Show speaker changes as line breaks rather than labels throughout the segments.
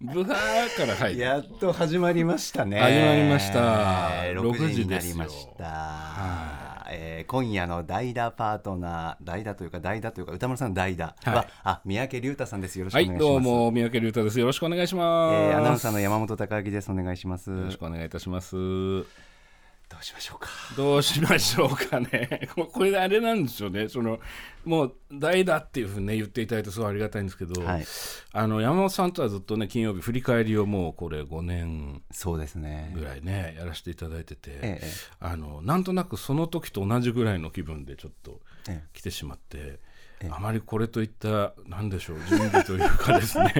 ブハーから入る。
やっと始まりましたね。
始まりました
えー
6
6
時
時に
で
な
すよ
りました。えー今夜の代打パートナー、代打というか代打というか歌丸さんの代打は、
はい
あ三宅龍太さんです。よろしくお
は
願いし
い、
ます。
どうも、三宅龍太です。よろしくお願いし
え
ます。
ーアナウンサーの山本隆明です。お願いします。
よろ
ど
しくお願いいたします。
うしましょうか。
どうしましょうかね。 ここれあれなんですよね。その、もう、代打っていうふうにね、言っていただいて、すごいありがたいんですけど、
はい
あの、山本さんとはずっとね、金曜日、振り返りをもう、これ、5年
そうですね
ぐ。らいね、やらせていただいてて、
ええ
あの、なんとなくその時と同じぐらいの気分で、ちょっと、
え
来てしまって、あまりこれといった何でしょう準備というかです ね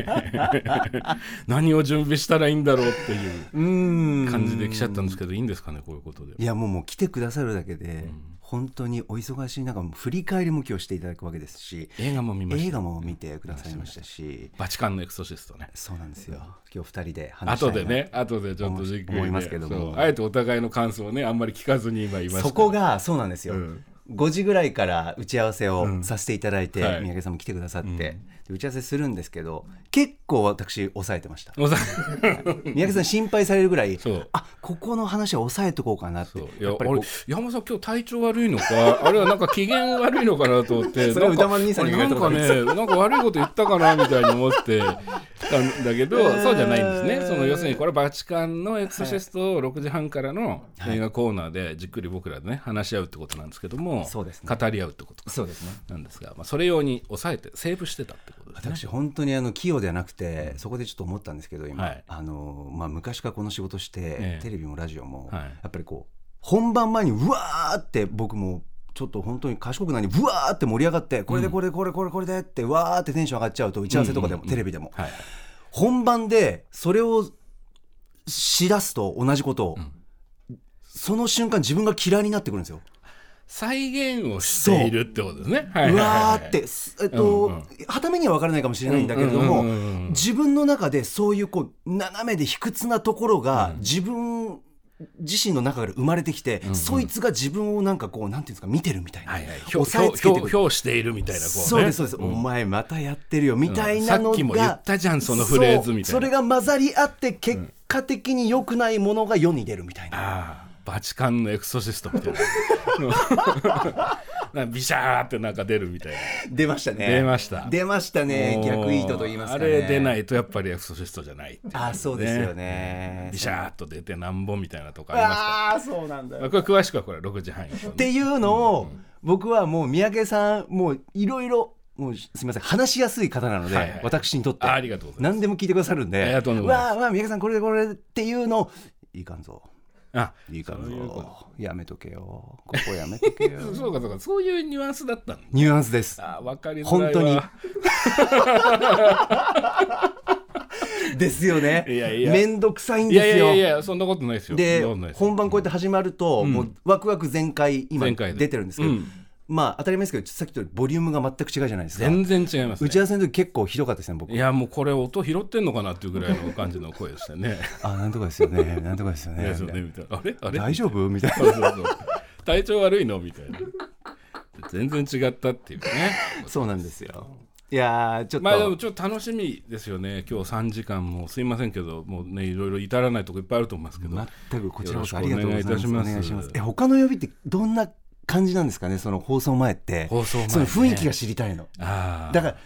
何を準備したらいいんだろうっていう
えうーん。
感じで来ちゃったんですけどいいんですかねこういうことで
いやもうもう来てくださるだけで、本当にお忙しい中振り返りも今日していただくわけですし、
映画も見ました
映画も見てくださいましたし、
バチカンのエクソシストね
そうなんですよ。今日二人で話したい
後
な
で。ね後でちょっとじっくりね
思いますけども
そうあえてお互いの感想をねあんまり聞かずに今言いました
そこがそうなんですよ。
うん
5時ぐらいから打ち合わせをさせていただいて、
はい
三宅さんも来てくださって、で打ち合わせするんですけど結構私抑えてました
おさ
三宅さん心配されるぐらい
そう
あここの話は抑えとこうかなっ
そ
て
ういや
やっぱりこ
俺
う
山本さん今日体調悪いのか あるいはなんか機嫌悪いのかなと思って
それ
な
は
んか
歌丸兄さんに言われたこと
俺なんかねなんか悪いこと言ったかなみたいに思ってたんだけ ど、そうじゃないんですねその要するにこれバチカンのエクソシストを6時半からの映画コーナーでじっくり僕らでね話し合うってことなんですけども、
そうですね
語り合うってことか
そうですね
なんですが、まあ、それ用に抑えてセーブしてたってことですね
私本当にあの器用ではなくて、そこでちょっと思ったんですけど今、
はい
あのまあ、昔からこの仕事して、
ええ
テレビもラジオも、
はい
やっぱりこう本番前にうわーって僕もちょっと本当に賢くなりうわーって盛り上がってこれでこれでこれこれこれでってうわーってテンション上がっちゃうと打ち合わせとかでも、テレビでも、
はい
本番でそれをしだすと同じことを、その瞬間自分が嫌いになってくるんですよ。
再現をしているってことですねはいうはいはいは
わ
い
ーって、すえっと、
うんうん
はためには分からないかもしれないんだけれども、
うんうんうんうん
自分の中でそういうこう斜めで卑屈なところが自分自身の中から生まれてきて、そいつが自分をなんかこうなんていうんですか見てるみたいな、
はいはい、ひょ
抑えつけてくる
ひょうしているみたいなこう、ね、
そうですそうです、
ん
お前またやってるよみたいなのが、
さっきも言ったじゃんそのフレーズみたいな
そうそれが混ざり合って結果的に良くないものが世に出るみたいな、
ああバチカンのエクソシストみたいななんか ビシャーってなんか出るみたいな
出ましたね
出ました
出ましたね
もう
逆イートと言いますかね
あれ出ないいとやっぱりエクソシストじゃないっていう
あそうですよね
ビシャーっと出てなんぼみたいなとこありますか
ああそうなんだ
ら
よ
まあこれ詳しくはこれは6時半以降
っ
ね
ていうのを、僕はもう三宅さんもういろいろもうすみません話しやすい方なので、
はいはい
私にとって
あありがとうございます
何でも聞いてくださるんで
ありがとうございます
わあわあ三宅さんこれでこれでっていうのをいいかんぞ
あ
いいかん
そういうこ
ぞやめとけよここやめとけよ
とそうかそうかそういうニュアンスだったんだ
ニュアンスです
ああ分かりづらいわ
本当にですよね
いやいや
めんどくさいん
いやい
ですよ
やいやそんなことないですよ
で
そんなことないですよ
本番こうやって始まると、もうワクワク全開今
全開で
出てるんですけど、
うん
まあ当たり前ですけどさっきとボリュームが全く違うじゃないですか
全然違いますね
打ち合わせの時結構ひどかったですね僕
いやもうこれ音拾ってんのかなっていうぐらいの感じの声でした ね。
あなんとかですよね なんとかですよ
い
ね
やそうねみたいなあれあれ
大丈夫みたいな
そうそうそう体調悪いのみたいな。全然違ったっていうね。
そうなんですよいやーちょっと、
まあでもちょっと楽しみですよね。今日3時間もすいませんけどもうねいろいろ至らないとこいっぱいあると思いますけど。
全くこちらこそあ
よ
り
ろし
が
く
とうございます
お願
お
い
願
いた
い
し
し
ま
ますすえ他の曜日ってどんな感じなんですかねその放送前って
放送前ね
その雰囲気が知りたいの
ああ。
だから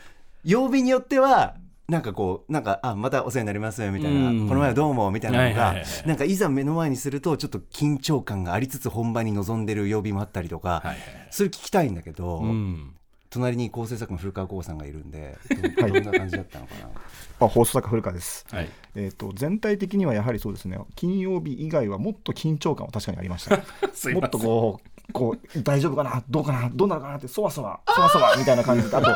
曜日によってはなんかこうなんかあまたお世話になりますみたいな、
うん
この前はどうもみたいなのが、
はいはいはい
なんかいざ目の前にするとちょっと緊張感がありつつ本番に臨んでる曜日もあったりとか、
はいはい。
それ聞きたいんだけど、
うん。
隣に構成作の古川光さんがいるんでどどんな感じだったのかな、
あ放送作家古川です、
はい。
えー、と全体的にはやはりそうですね金曜日以外はもっと緊張感は確かにありました
すい
も
ま
っ
せ
と
ん。
こうこう大丈夫かなどうかなどうなるかなってそわそわそわそわみたいな感じであと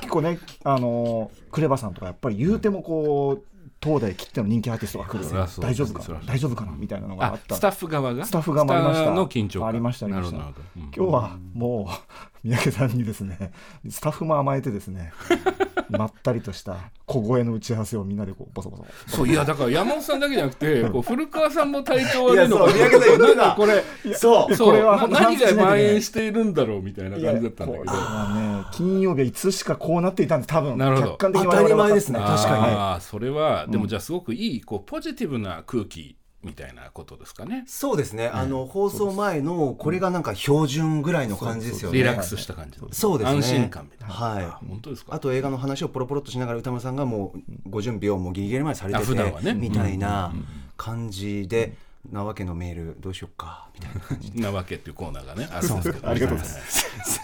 結構ねあのークレバさんとかやっぱり言うてもこう東大切っての人気アーティストが来る
そりゃそう
大丈夫か
そりゃ
な
そう
大丈夫かなみたいなのがあ
あ
った
スタッフ側が
スタッフがありまし
スタ
た
ッフの緊張感
ありましたありました
なるほどなるほどうん
今日はも三宅さんにですねスタッフも甘えてで すねまったりとした小声の打ち合わせをみんなでこうボソボソ
そういやだから山本さんだけじゃなくてこう古川さんも体調悪いの
いやそう三宅さん言って
な
た
んかこれ
そう
そう
これは
な
本当
何が
反省しないと
蔓
ね
延しているんだろうみたいな感じだったんだけ
こ
ど
れはね金曜日はいつしかこうなっていたんです多分
なるほど
客観的に
当たり前ですね
我々は
確かに
はい
あーそれはでもじゃあすごくいいこうポジティブな空気みたいなことですかね
そうですね、あの放送前のこれがなんか標準ぐらいの感じですよね
リラックスした感じの
そうですね
安心感みたいな
はい
あ本当ですか
あと映画の話をポロポロっとしながら歌丸さんがもうご準備をもうギリギリまでされて
あ
て
普段はね
みたいな感じで、なわけのメールどうしよっかみたいな感じ
なわけっていうコーナーがねあるんですけど
ありがとうござい
ます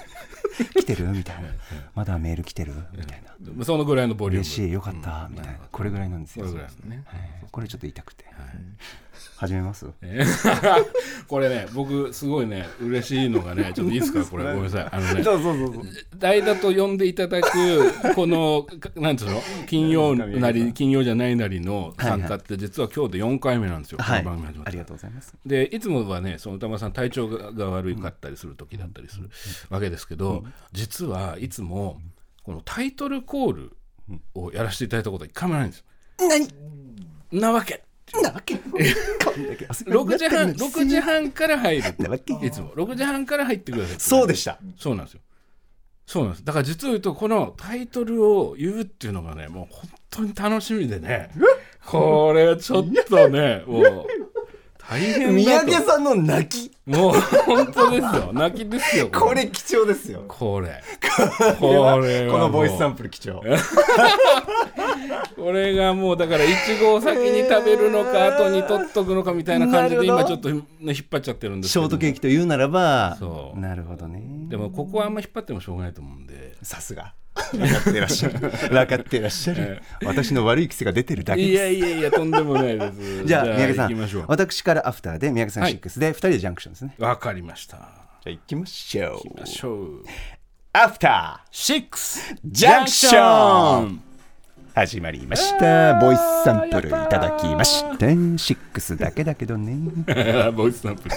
来てるみたいなまだメール来てるみたいな
そのぐらいのボリューム
嬉しいよかったみたいなこれぐらいなんです
そ
よ
れぐらいですね
はいこれちょっと痛くて、始めます
えこれね僕すごいね嬉しいのがねちょっといいですかこれごめんなさいあのね
そうそうそうそう
代打と呼んでいただくこのかなんつうの金曜なり金曜じゃないなりの参加って実は今日で4回目なんですよ、
はい
この番組始まっ
あ
て
りがとうございます
でいつもはねその歌丸さん体調がが悪かったりする時だったりするわけですけど、実はいつもこのタイトルコールをやらせていただいたことは一回もないんですよ。
何
なわけ
なわけ
6時半6時半から入る
なわけ
いつも6時半から入ってください
そうでした
そうなんですよ。そうなんです。だから実を言うと、このタイトルを言うっていうのがね、もう本当に楽しみでね、これはちょっとね、もう、大変
三
だと
宅。さんの泣き
もう本当ですよ。泣きですよ。
こ、れ貴重ですよ
これ。これはもう
このボイスサンプル貴重
これがもうだからいちごを先に食べるのか後に取っとくのかみたいな感じで
な
今
る
ち
ほ
ょっ
ど
とね引っ張っちゃってるんです
シ
け
ョー
ど
トケーキというならば
そう
なるほどね
でもここはあんま引っ張ってもしょうがないと思うんで
さすが分かってらっしゃる分かってらっしゃる私の 悪い癖が出てるだけ
い
です
やいやいやとんでもないです
じゃあ三宅さ
行きましょ
ん
う
私からアフターで三宅さん
はい
6で2人でジャンクションですね
わかりました
じゃあ行きましょう
ショー
アフター
6
ジャンクション始まりましたボイスサンプルいただきました6だけだけどね
ボイスサンプル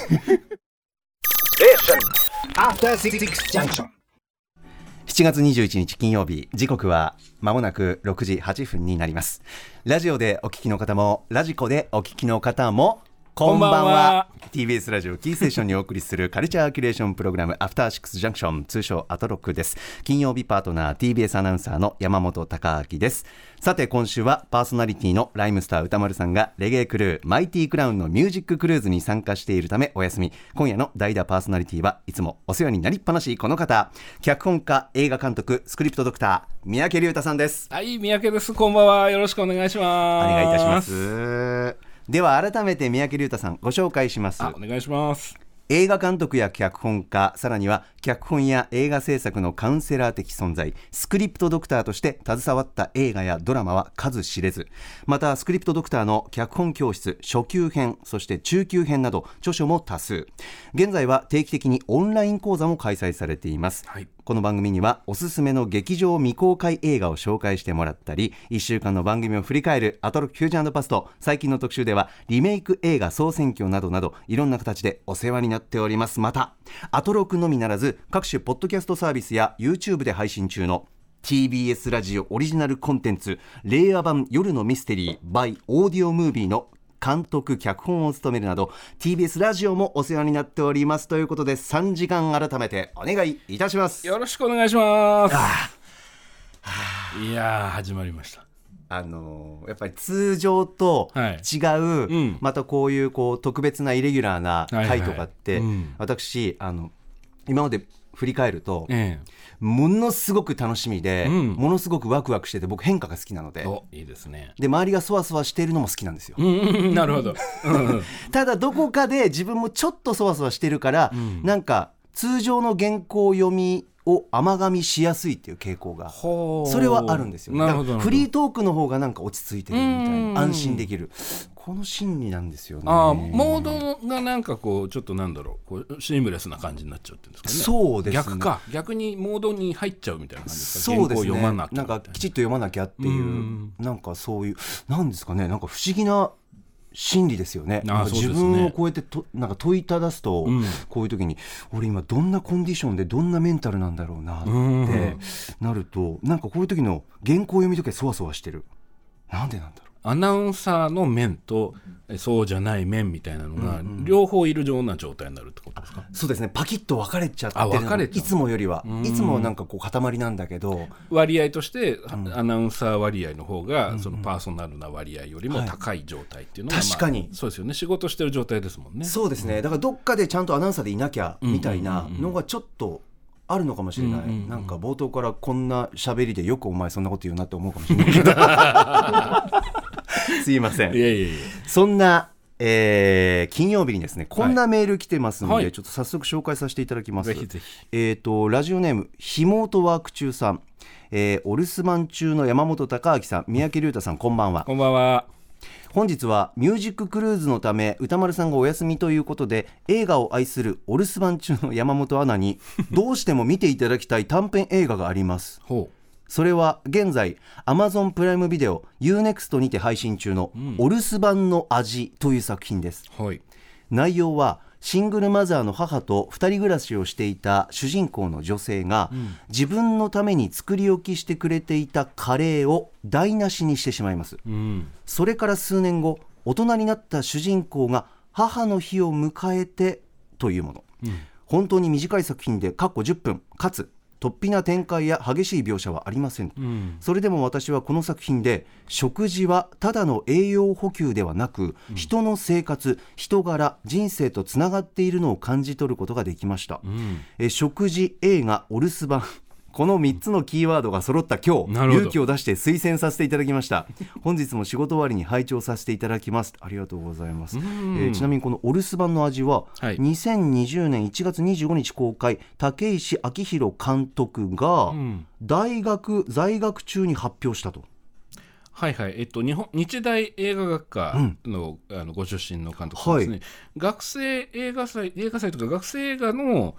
7月21日金曜日時刻はまもなく6時8分になりますラジオでお聞きの方もラジコでお聞きの方もこんばんは
こんばんは
TBS ラジオキーステーションにお送りするカルチャーキュレーションプログラムアフターシックスジャンクション通称アトロックです金曜日パートナー TBS アナウンサーの山本貴明ですさて今週はパーソナリティのライムスター歌丸さんがレゲエクルーマイティクラウンのミュージッククルーズに参加しているためお休み今夜の代打パーソナリティはいつもお世話になりっぱなしこの方脚本家映画監督スクリプトドクター三宅龍太さんです
はい三宅ですこんばんはよろしくお願いし
お
ます
願いいたしますでは改めて三宅龍太さんご紹介します
あお願いします
映画監督や脚本家さらには脚本や映画制作のカウンセラー的存在スクリプトドクターとして携わった映画やドラマは数知れずまたスクリプトドクターの脚本教室初級編そして中級編など著書も多数現在は定期的にオンライン講座も開催されています、
はい
この番組にはおすすめの劇場未公開映画を紹介してもらったり1週間の番組を振り返る「アトロックフューチャーパスト」最近の特集ではリメイク映画総選挙などなどいろんな形でお世話になっておりますまたアトロクのみならず各種ポッドキャストサービスや YouTube で配信中の TBS ラジオオリジナルコンテンツ「令和版夜のミステリー by オーディオムービー」の監督脚本を務めるなど TBS ラジオもお世話になっておりますということで3時間改めてお願いいたします
よろしくお願いしますいやー始まりました
あのーやっぱり通常と
はい
違う、
ん
またこういうこう特別なイレギュラーな
はいはい
回とかって、
うん
私あの今まで振り返ると、
え
ものすごく楽しみで、
うん
ものすごくワクワクしてて僕変化が好きなので
えおいいですね
で周りがそわそわしているのも好きなんですよ、
うんうんうんなるほどうんうん
ただどこかで自分もちょっとそわそわしてるから、なんか通常の原稿読みを甘噛みしやすいっていう傾向が
ほう
それはあるんですよ、ね、
なるほ
だ
どなるほど
からフリートークの方がなんか落ち着いてるみたい
うん
な安心できるこの心理なんですよね
あーモードがなんかこうちょっとなんだろうこうシームレスな感じになっちゃってるんですかね
そうですね
逆か逆にモードに入っちゃうみたいな感じですか
そう
原
ですね
稿を読まなきゃ
なんかきちっと読まなきゃっていう
うん
なんかそういうなんですかねなんか不思議な心理ですよね
ああそうです
自
ね
分をこうやってとなんか問いただすと、
うん
こういう時に俺今どんなコンディションでどんなメンタルなんだろうなって
うん
なるとなんかこういう時の原稿を読みときはそわそわしてるなんでなんだろ
アナウンサーの面とえそうじゃない面みたいなのが両方いるような状態になるってことですか、
うそうですねパキッと分かれちゃってる
あ分かれちゃう
いつもよりは
うん
いつもはなんかこう塊なんだけど
割合として、
ん
アナウンサー割合の方が、そのパーソナルな割合よりも高い状態っていうのが、
はい確かに
まあそうですよね仕事してる状態ですもんね
そうですねだからどっかでちゃんとアナウンサーでいなきゃ
うん
みたいなのがちょっとあるのかもしれない、
うんうんうん
なんか冒頭からこんな喋りでよくお前そんなこと言うなって思うかもしれないけど すいません
いやいやいや
そんな、えー金曜日にですねこんなメール来てますので、
はい
ちょっと早速紹介させていただきます、
ぜひぜひ
えー、とラジオネームひもとワーク中さん、えーお留守番中の山本孝明さん三宅龍太さんこんばんは
こんばんは
本日はミュージッククルーズのため歌丸さんがお休みということで映画を愛するお留守番中の山本ア ナにどうしても見ていただきたい短編映画があります
ほ
それは現在 Amazon プライムビデオ UNEXT にて配信中の「お留守番の味」という作品です
うはい
内容はシングルマザーの母と2人暮らしをしていた主人公の女性が、自分のために作り置きしてくれていたカレーを台無しにしてしまいます
うん
それから数年後大人になった主人公が母の日を迎えてというもの、本当に短い作品で過去10分かつ突飛な展開や激しい描写はありません、
うん
それでも私はこの作品で食事はただの栄養補給ではなく、人の生活人柄人生とつながっているのを感じ取ることができました、
うん
えー食事映画お留守番この3つのキーワードが揃った今日
なるほど
勇気を出して推薦させていただきました本日も仕事終わりに拝聴させていただきますありがとうございます、えーちなみにこのお留守番の味は、
はい
2020年1月25日公開竹石明宏監督が
ん
大学在学中に発表したと
はいはいえっと、日本日大映画学科の,、あのご出身の監督さんですね、学生映画祭映画祭とか学生映画の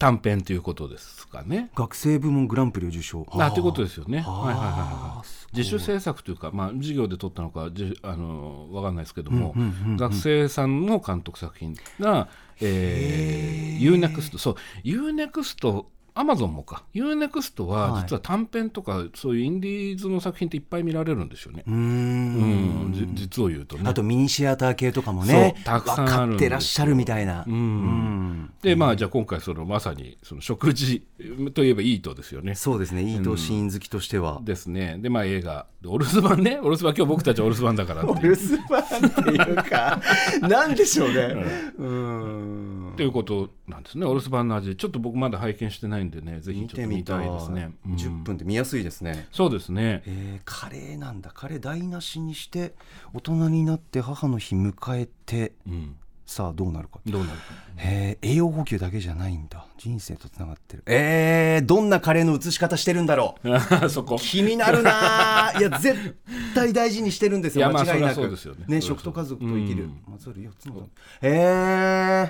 短編ということですかね。
学生部門グランプリを受賞
あということ
で
ですよね。はいはいはいはい、自主制作というか、まあ、授業で撮ったのかじあの分かんないですけども、学生さんの監督作品が、えー、UNEXT そう UNEXT アマゾンもか UNEXT
は
はい実は短編とか、そういうインディーズの作品っていっぱい見られるんですよね。
うーん
うん、じ実を言うとね
あ。とミニシアター系とかもね
そうたくさんあるんですよ
分かってらっしゃるみたいな、うん
でまあじゃあ今回そのまさにその食事といえばいいとですよね。
そうですね、伊藤シーン好きとしては。
ですね。でまあ映画「でオルス版ね「オルス版今日僕たちオルス版だから」って
留
いう
守番っていうか、なんでしょうね。うん
と。いうことなんですねオルス版の味ちょっと僕まだ拝見してないんでねぜひ
見
ちょってと
み
見
た
たい
いで
です
す
ね
ね。。
うん
10分って見やすいですね。
そうですね。
えーカレーなんだカレー台無しにして大人になって母の日迎えて
うん、
さあどうなるか、
どうなるか
えー栄養補給だけじゃないんだ人生とつながってるえー、どんなカレーの移し方してるんだろう
そこ
気になるな あいや絶対大事にしてるんですよ
いやまあ
間違いなく
そりゃそうですよねそりゃそう
食と家族と生きる、
うん
まずる4つのへ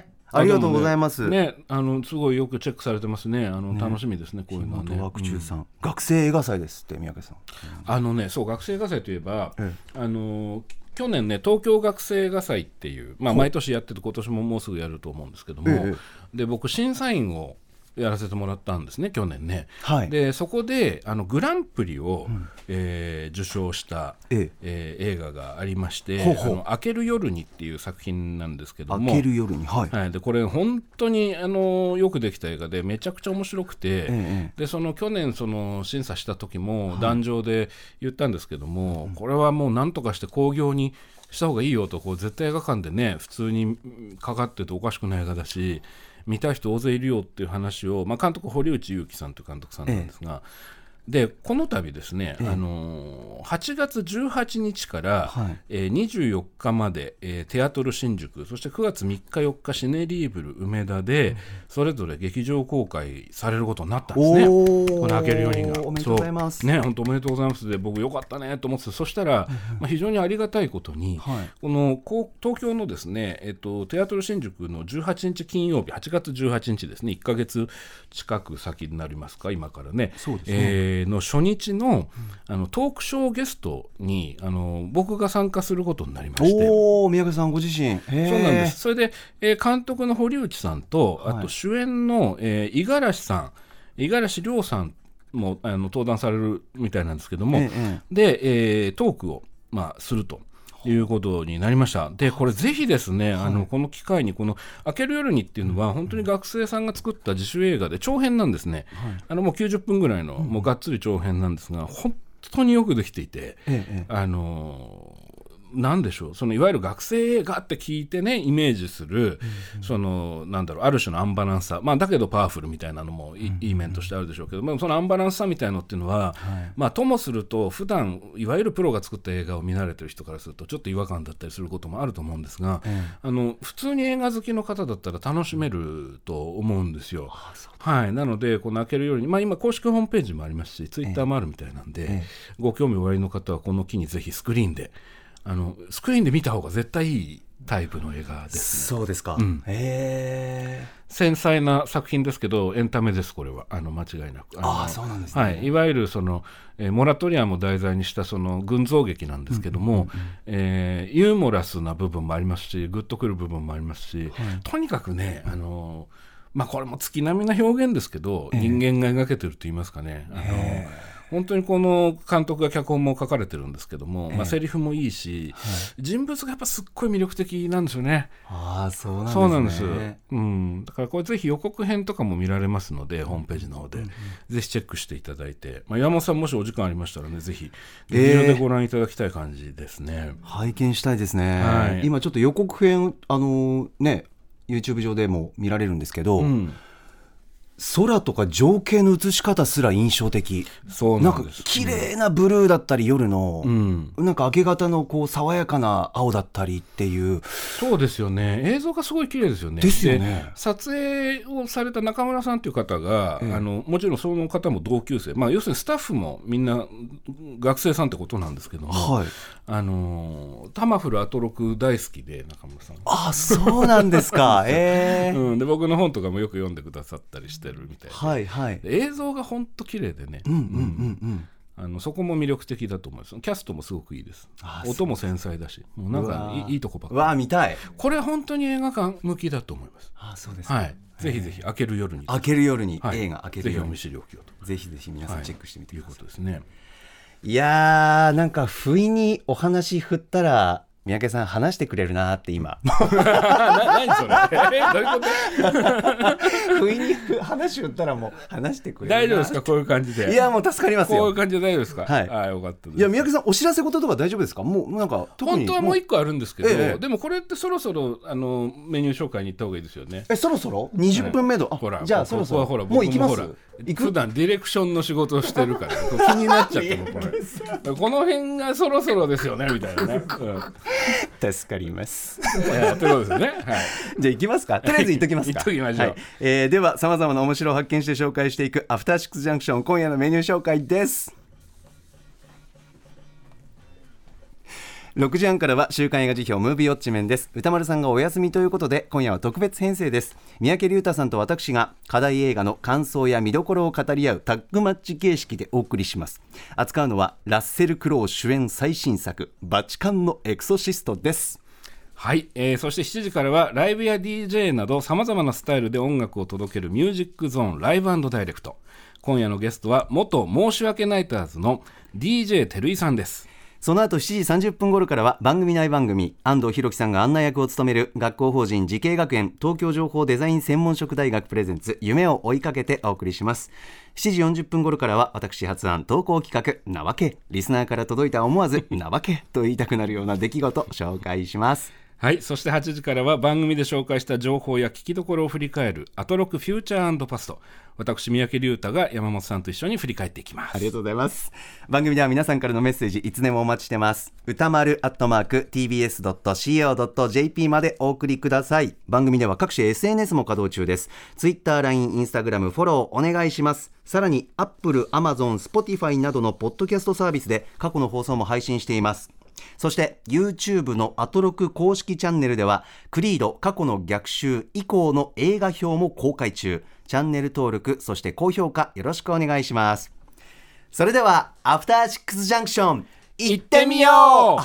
えありがとうございます、
でもねねあのすごいよくチェックされてますねあの楽しみですねこういうのはね
元ワーク中さん、学生映画祭ですって三宅さん
あのね、そう学生映画祭といえば、
え
あのー去年ね東京学生映画祭っていう、まあ、毎年やってて今年ももうすぐやると思うんですけども、
え
で僕審査員をやらせてもらったんですね去年ね。
はい
でそこであのグランプリを、えー受賞した、
ええ
えー映画がありまして「
ほうほう
あの明ける夜に」っていう作品なんですけども。
明ける夜にはい、
はい、でこれ本当にあのよくできた映画でめちゃくちゃ面白くて、
え
でその去年その審査した時も壇上で言ったんですけども、これはもうなんとかして興行にした方がいいよとこう絶対映画館でね普通にうんかかってておかしくない映画だし見たい人大勢いるよっていう話を、まあ、監督堀内裕樹さんという監督さんなんですが、でこの度ですね、あのー8月18日から、
はい
えー24日まで、えーテアトル新宿そして9月3日4日シネリーブル梅田で、それぞれ劇場公開されることになったんですね。
おー
この開けるよりが
おめでとうございます
そうね本当おめでとうございますで僕よかったねと思っててそしたら、まあ、非常にありがたいことに、
はい
このこう東京のですね、えっと、テアトル新宿の18日金曜日8月18日ですね1か月近く先になりますか今からね
そうですね
ええーの初日のあのトークショーゲストにあの僕が参加することになりまして。
おお、宮家さんご自身。そう
そうなんです。。それで、えー監督の堀内さんと、あ
はい
と主演の、えー、五十嵐さん、五十嵐亮さんもあの登壇されるみたいなんですけども、
ええ
で、えートークを、まあ、すると。いうことになりましたでこれぜひですね、あのこの機会にこの「明ける夜に」っていうのは本当に学生さんが作った自主映画で長編なんですね、あのもう90分ぐらいのもうがっつり長編なんですが本当によくできていて、
ええええ
あのーなんでしょうそのいわゆる学生映画って聞いてねイメージする、そのなんだろうある種のアンバランスさ、まあ、だけどパワフルみたいなのもい,、いい面としてあるでしょうけど、まあ、そのアンバランスさみたいのっていうのは、まあ、ともすると普段いわゆるプロが作った映画を見慣れてる人からするとちょっと違和感だったりすることもあると思うんですが、あの普通に映画好きの方だったら楽しめると思うんですよ。はい、なのでこの開ける夜に、まあ、今公式ホームページもありますしツイッターもあるみたいなんで、ご興味おありの方はこの機にぜひスクリーンであのスクリーンで見た方が絶対いいタイプの映画です
そうですか。
ん
ええ
繊細な作品ですけどエンタメですこれはあの間違いなくの
ああそうなんですね
はい、いわゆるその、えーモラトリアムを題材にしたその群像劇なんですけども、えーユーモラスな部分もありますしグッとくる部分もありますし、とにかくねあのーまあこれも月並みな表現ですけど、人間が描けてると言いますかね。あのー本当にこの監督が脚本も書かれてるんですけども、まあ、セリフもいいし、人物がやっぱすっごい魅力的なんですよね。
ああそうなんですね。
そうなんです。うん、だからこれぜひ予告編とかも見られますので、ホームページの方で、ぜひチェックしていただいて、まあ、山本さんもしお時間ありましたらね、ぜひ劇場でご覧いただきたい感じですね。
拝見したいですね。
はい
今ちょっと予告編あのね YouTube 上でも見られるんですけど、
うん、
空とか情景の映し方すら印象的。
そう
な
なんん
か
です。
綺麗なブルーだったり夜の。
うん、
なんか明け方のこう爽やかな青だったりっていう、
そうですよね映像がすごい綺麗ですよね。
ですよね
で撮影をされた中村さんという方が、あのもちろんその方も同級生、まあ、要するにスタッフもみんな学生さんってことなんですけども、
はい、
あのータマフルアトロク大好きで中村さんは
あそうなんですか ええ
うん、で僕の本とかもよく読んでくださったりしてるみたいな、
はいはい
で映像がほんと綺麗でね、
うんうんうんうん
あのそこも魅力的だと思いますキャストもすごくいいです
あー
音も繊細だしもうなんかいいいいとこばっ
う
か
わあ見たい
りこれ本当に映画館向きだと思います
あそうで
はいぜひぜひ明ける夜に
明ける夜に、
はい
映画明ける
ぜひ
夜
お見
に
知りおきをと
ぜひぜひ皆さんチェックしてみて
いう
くださ
こ
い、
とです ね
い、やーなんか不意にお話振ったら三宅さん話してくれるなーって 今
何それ えどういうこと
不意に話振ったらもう話してくれるな
大丈夫ですかこういう感じで
いやもう助かります
こうい
よ
う感じで大丈夫ですか
はい
あーよかったです
いや三宅さんお知らせ事とか大丈夫ですかもうなんか特に
本当はもう一個あるんですけど、
ええ
でもこれってそろそろあのメニュー紹介に行った方がいいですよね。
えそろそろ20分目の、
ほら、
あじゃあ
こ
そろそろ
ここはほら、
もう行きま
僕
す
ほら
行
普
く
段ディレクションの仕事をしてるから、こう気になっちゃってもこれ。 この辺がそろそろですよねみたいなね。うん
助かります
ええということですよね。はい。
じゃあ行きますか。とりあえず行っときますか。
行っときましょう
はいえーでは、さまざまな面白を発見して紹介していく、アフターシックスジャンクション、今夜のメニュー紹介です。6時半からは週刊映画辞表ムービーウォッチメンです歌丸さんがお休みということで今夜は特別編成です三宅龍太さんと私が課題映画の感想や見どころを語り合うタッグマッチ形式でお送りします扱うのはラッセル・クロウ主演最新作「バチカンのエクソシスト」です
はい、えーそして7時からはライブや DJ などさまざまなスタイルで音楽を届けるミュージックゾーンライブダイレクト今夜のゲストは元申し訳ナイターズの DJ 照井さんです
その後7時30分頃からは番組内番組安藤弘樹さんが案内役を務める学校法人慈恵学園東京情報デザイン専門職大学プレゼンツ夢を追いかけてお送りします7時40分頃からは私発案投稿企画なわけリスナーから届いた思わずなわけと言いたくなるような出来事紹介します
はいそして8時からは番組で紹介した情報や聞きどころを振り返る「アトロクフューチャーパスト」私三宅龍太が山本さんと一緒に振り返っていきます
ありがとうございます。番組では皆さんからのメッセージいつでもお待ちしてます。歌丸アットマーク tbs.co.jp までお送りください。番組では各種 SNS も稼働中です。Twitter、LINE、Instagram フォローお願いします。さらに Apple、Amazon、Spotify などのポッドキャストサービスで過去の放送も配信しています。そして YouTube のアトロク公式チャンネルではクリード過去の逆襲以降の映画表も公開中チャンネル登録そして高評価よろしくお願いしますそれではアフターシックスジャンクション行ってみよう
う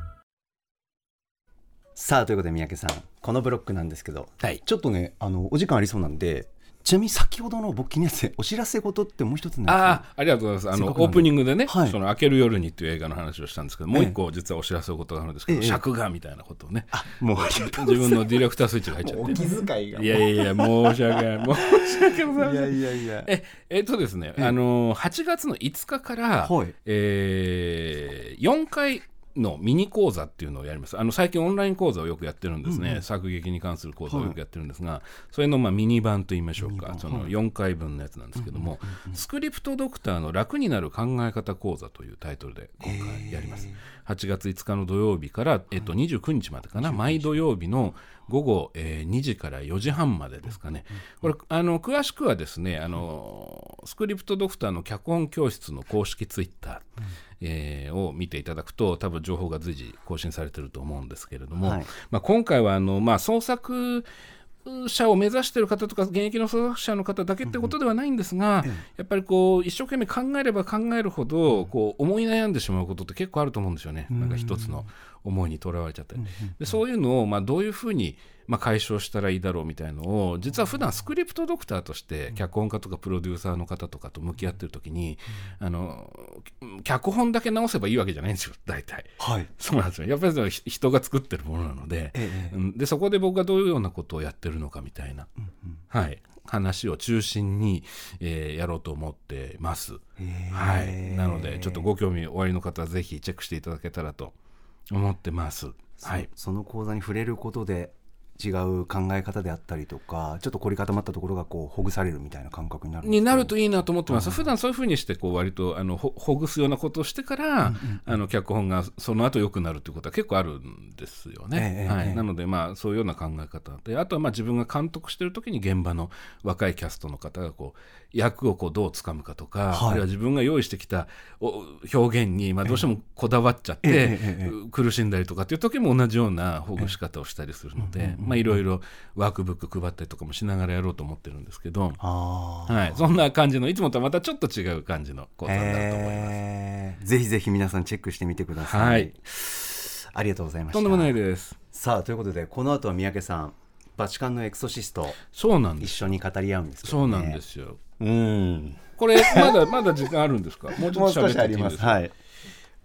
さあということで三宅さんこのブロックなんですけど、
はい
ちょっとねあのお時間ありそうなんでちなみに先ほどの僕気になってたお知らせ事ってもう一つない
ああありがとうございますあ
せっ
の
かくな
オ
んで
ープニングでね「
はい
その明ける夜に」っていう映画の話をしたんですけどもう
ええ
一個実はお知らせことがあるんですけど、
ええ
尺がみたいなことをね
もうありがとうご
自
ざい
分のディレクタースイッチが入っちゃ
お
っ
気
て。
遣いが
いやいやいや、申し訳ない。申し訳ございま
ます
せん。
いやいやいや
ええっとですね、あのー8月の5日から、
はい
えー4回のミニ講座っていうのをやりますあの最近オンライン講座をよくやってるんですね、作劇に関する講座をよくやってるんですが、それのまあミニ版と言いましょうかその4回分のやつなんですけども、スクリプトドクターの楽になる考え方講座というタイトルで今回やります、8月5日の土曜日から、えっと、29日までかな、毎土曜日の午後、えー2時から4時半までですかね、これあの、詳しくはですねあの、スクリプトドクターの脚本教室の公式ツイッター、えーを見ていただくと、多分情報が随時更新されてると思うんですけれども、
はい
まあ、今回はあの、まあ、創作者を目指している方とか現役の創作者の方だけってことではないんですが、やっぱりこう一生懸命考えれば考えるほどこう思い悩んでしまうことって結構あると思うんですよね、なんか一つの思いにとらわれちゃったり、でそういうのをまあどういうふうにまあ解消したらいいだろうみたいのを実は普段スクリプトドクターとして脚本家とかプロデューサーの方とかと向き合ってる時に、あの脚本だけ直せばいいわけじゃないんですよ大体。
はい
そうなんですよやっぱりそのひ人が作ってるものなので,、
ええ
うんでそこで僕がどういうようなことをやってるのかみたいな、はい、話を中心に、えーやろうと思ってます、はい、なのでちょっとご興味おありの方はぜひチェックしていただけたらと思ってます。はい、
その講座に触れることで違う考え方であったりとかちょっと凝り固まったところがこうほぐされるみたいな感覚になるんです
になるといいなと思ってます、普段そういうふうにしてこう割とあのほほぐすようなことをしてから、あの脚本がその後良くなるっていうことは結構あるんですよね、
ええ
は
ええ
い、なのでまあそういうような考え方であとはまあ自分が監督してる時に現場の若いキャストの方がこう役をこうどうつかむかとか、
はい
あるいは自分が用意してきたお表現にまあどうしてもこだわっちゃって、
ええええ
う苦しんだりとかっていう時も同じようなほぐし方をしたりするのでまあいろいろワークブック配ったりとかもしながらやろうと思ってるんですけど。
ああ
はい、そんな感じのいつもとはまたちょっと違う感じの講座になると思います。
えーぜひぜひ皆さんチェックしてみてください、
はい
ありがとうございました
とんでもないです。
さあということでこの後は三宅さんバチカンのエクソシスト
そうなんで
一
す。
緒に語り合うんですけど、ね、
そうなんですよ。
うん
これまだまだ時間あるんです か。もうちょっと喋っていいですか。
はい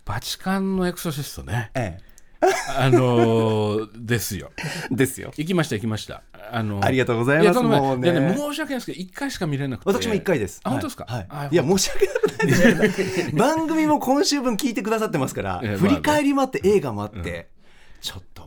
バチカンのエクソシストね。
え
あのーですよ。
えですよ
行きました行きました。あのー
ありがとうございます
やとんでもな
もう
い
ね
いやね申し訳ないですけど一回しか見れなくて。
私も一回です。
あ本当ですか。
はい。
あ
い、や、申し訳なくないですけど番組も今週分聞いてくださってますから、
ええまあ
振り返りもあって、映画もあって、ちょっとも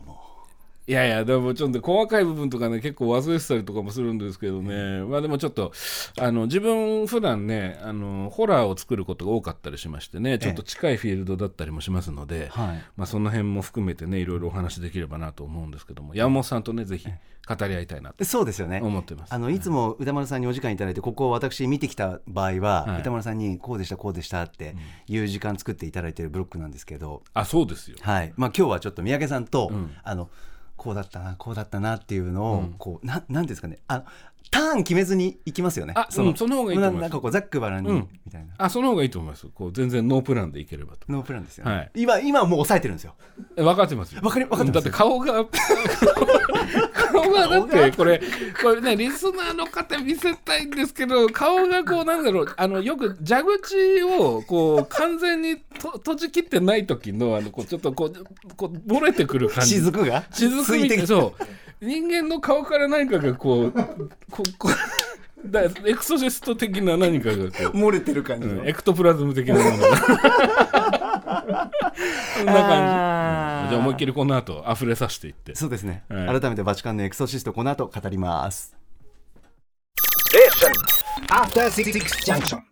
いやいや、でもちょっと細かい部分とかね、結構忘れてたりとかもするんですけどね、まあでもちょっと、あの自分、普段ねあの、ホラーを作ることが多かったりしましてね、ちょっと近いフィールドだったりもしますので、
はい
まあ、その辺も含めてね、いろいろお話できればなと思うんですけども、山本さんとね、ぜひ語り合いたいなと
う。そうですよね。
思ってます
あ。のいつも歌丸さんにお時間いただいてここを私見てきた場合は、
はい
歌丸さんにこうでしたこうでしたっていう時間作っていただいてるブロックなんですけど、
あ、そうですよ。
はいまあ、今日はちょっと三宅さんと、あのこうだったなこうだったなっていうのを、こうななんていうんですかねあターン決めずにいきますよね
あうんその方がいいと思います
なんかこうざっくばらんに、
うん
みたいな
あ、その方がいいと思います。こう全然ノープランでいければと。
ノープランですよね、
はい
今今はもう抑えてるんですよ
え分かってますよ。
わかりわかって
だ
ます
って顔が、顔がだってこれ、これね、リスナーの方見せたいんですけど、顔がこう、なんだろう、あの、よく蛇口をこう、完全にと 閉じ切ってない時の、あの、こう、ちょっとこう、こう、漏れてくる感じ。
雫が
雫
つい
みたいな。
てきて
そう。人間の顔から何かがこう、こう、こ う、だエクソシスト的な何かがこう、
漏れてる感じの、
うんエクトプラズム的なものが そんな感じじゃあ思いっきりこの後溢れさせていって
そうですね、
はい
改めてバチカンのエクソシストこの後語ります
After Six Junction.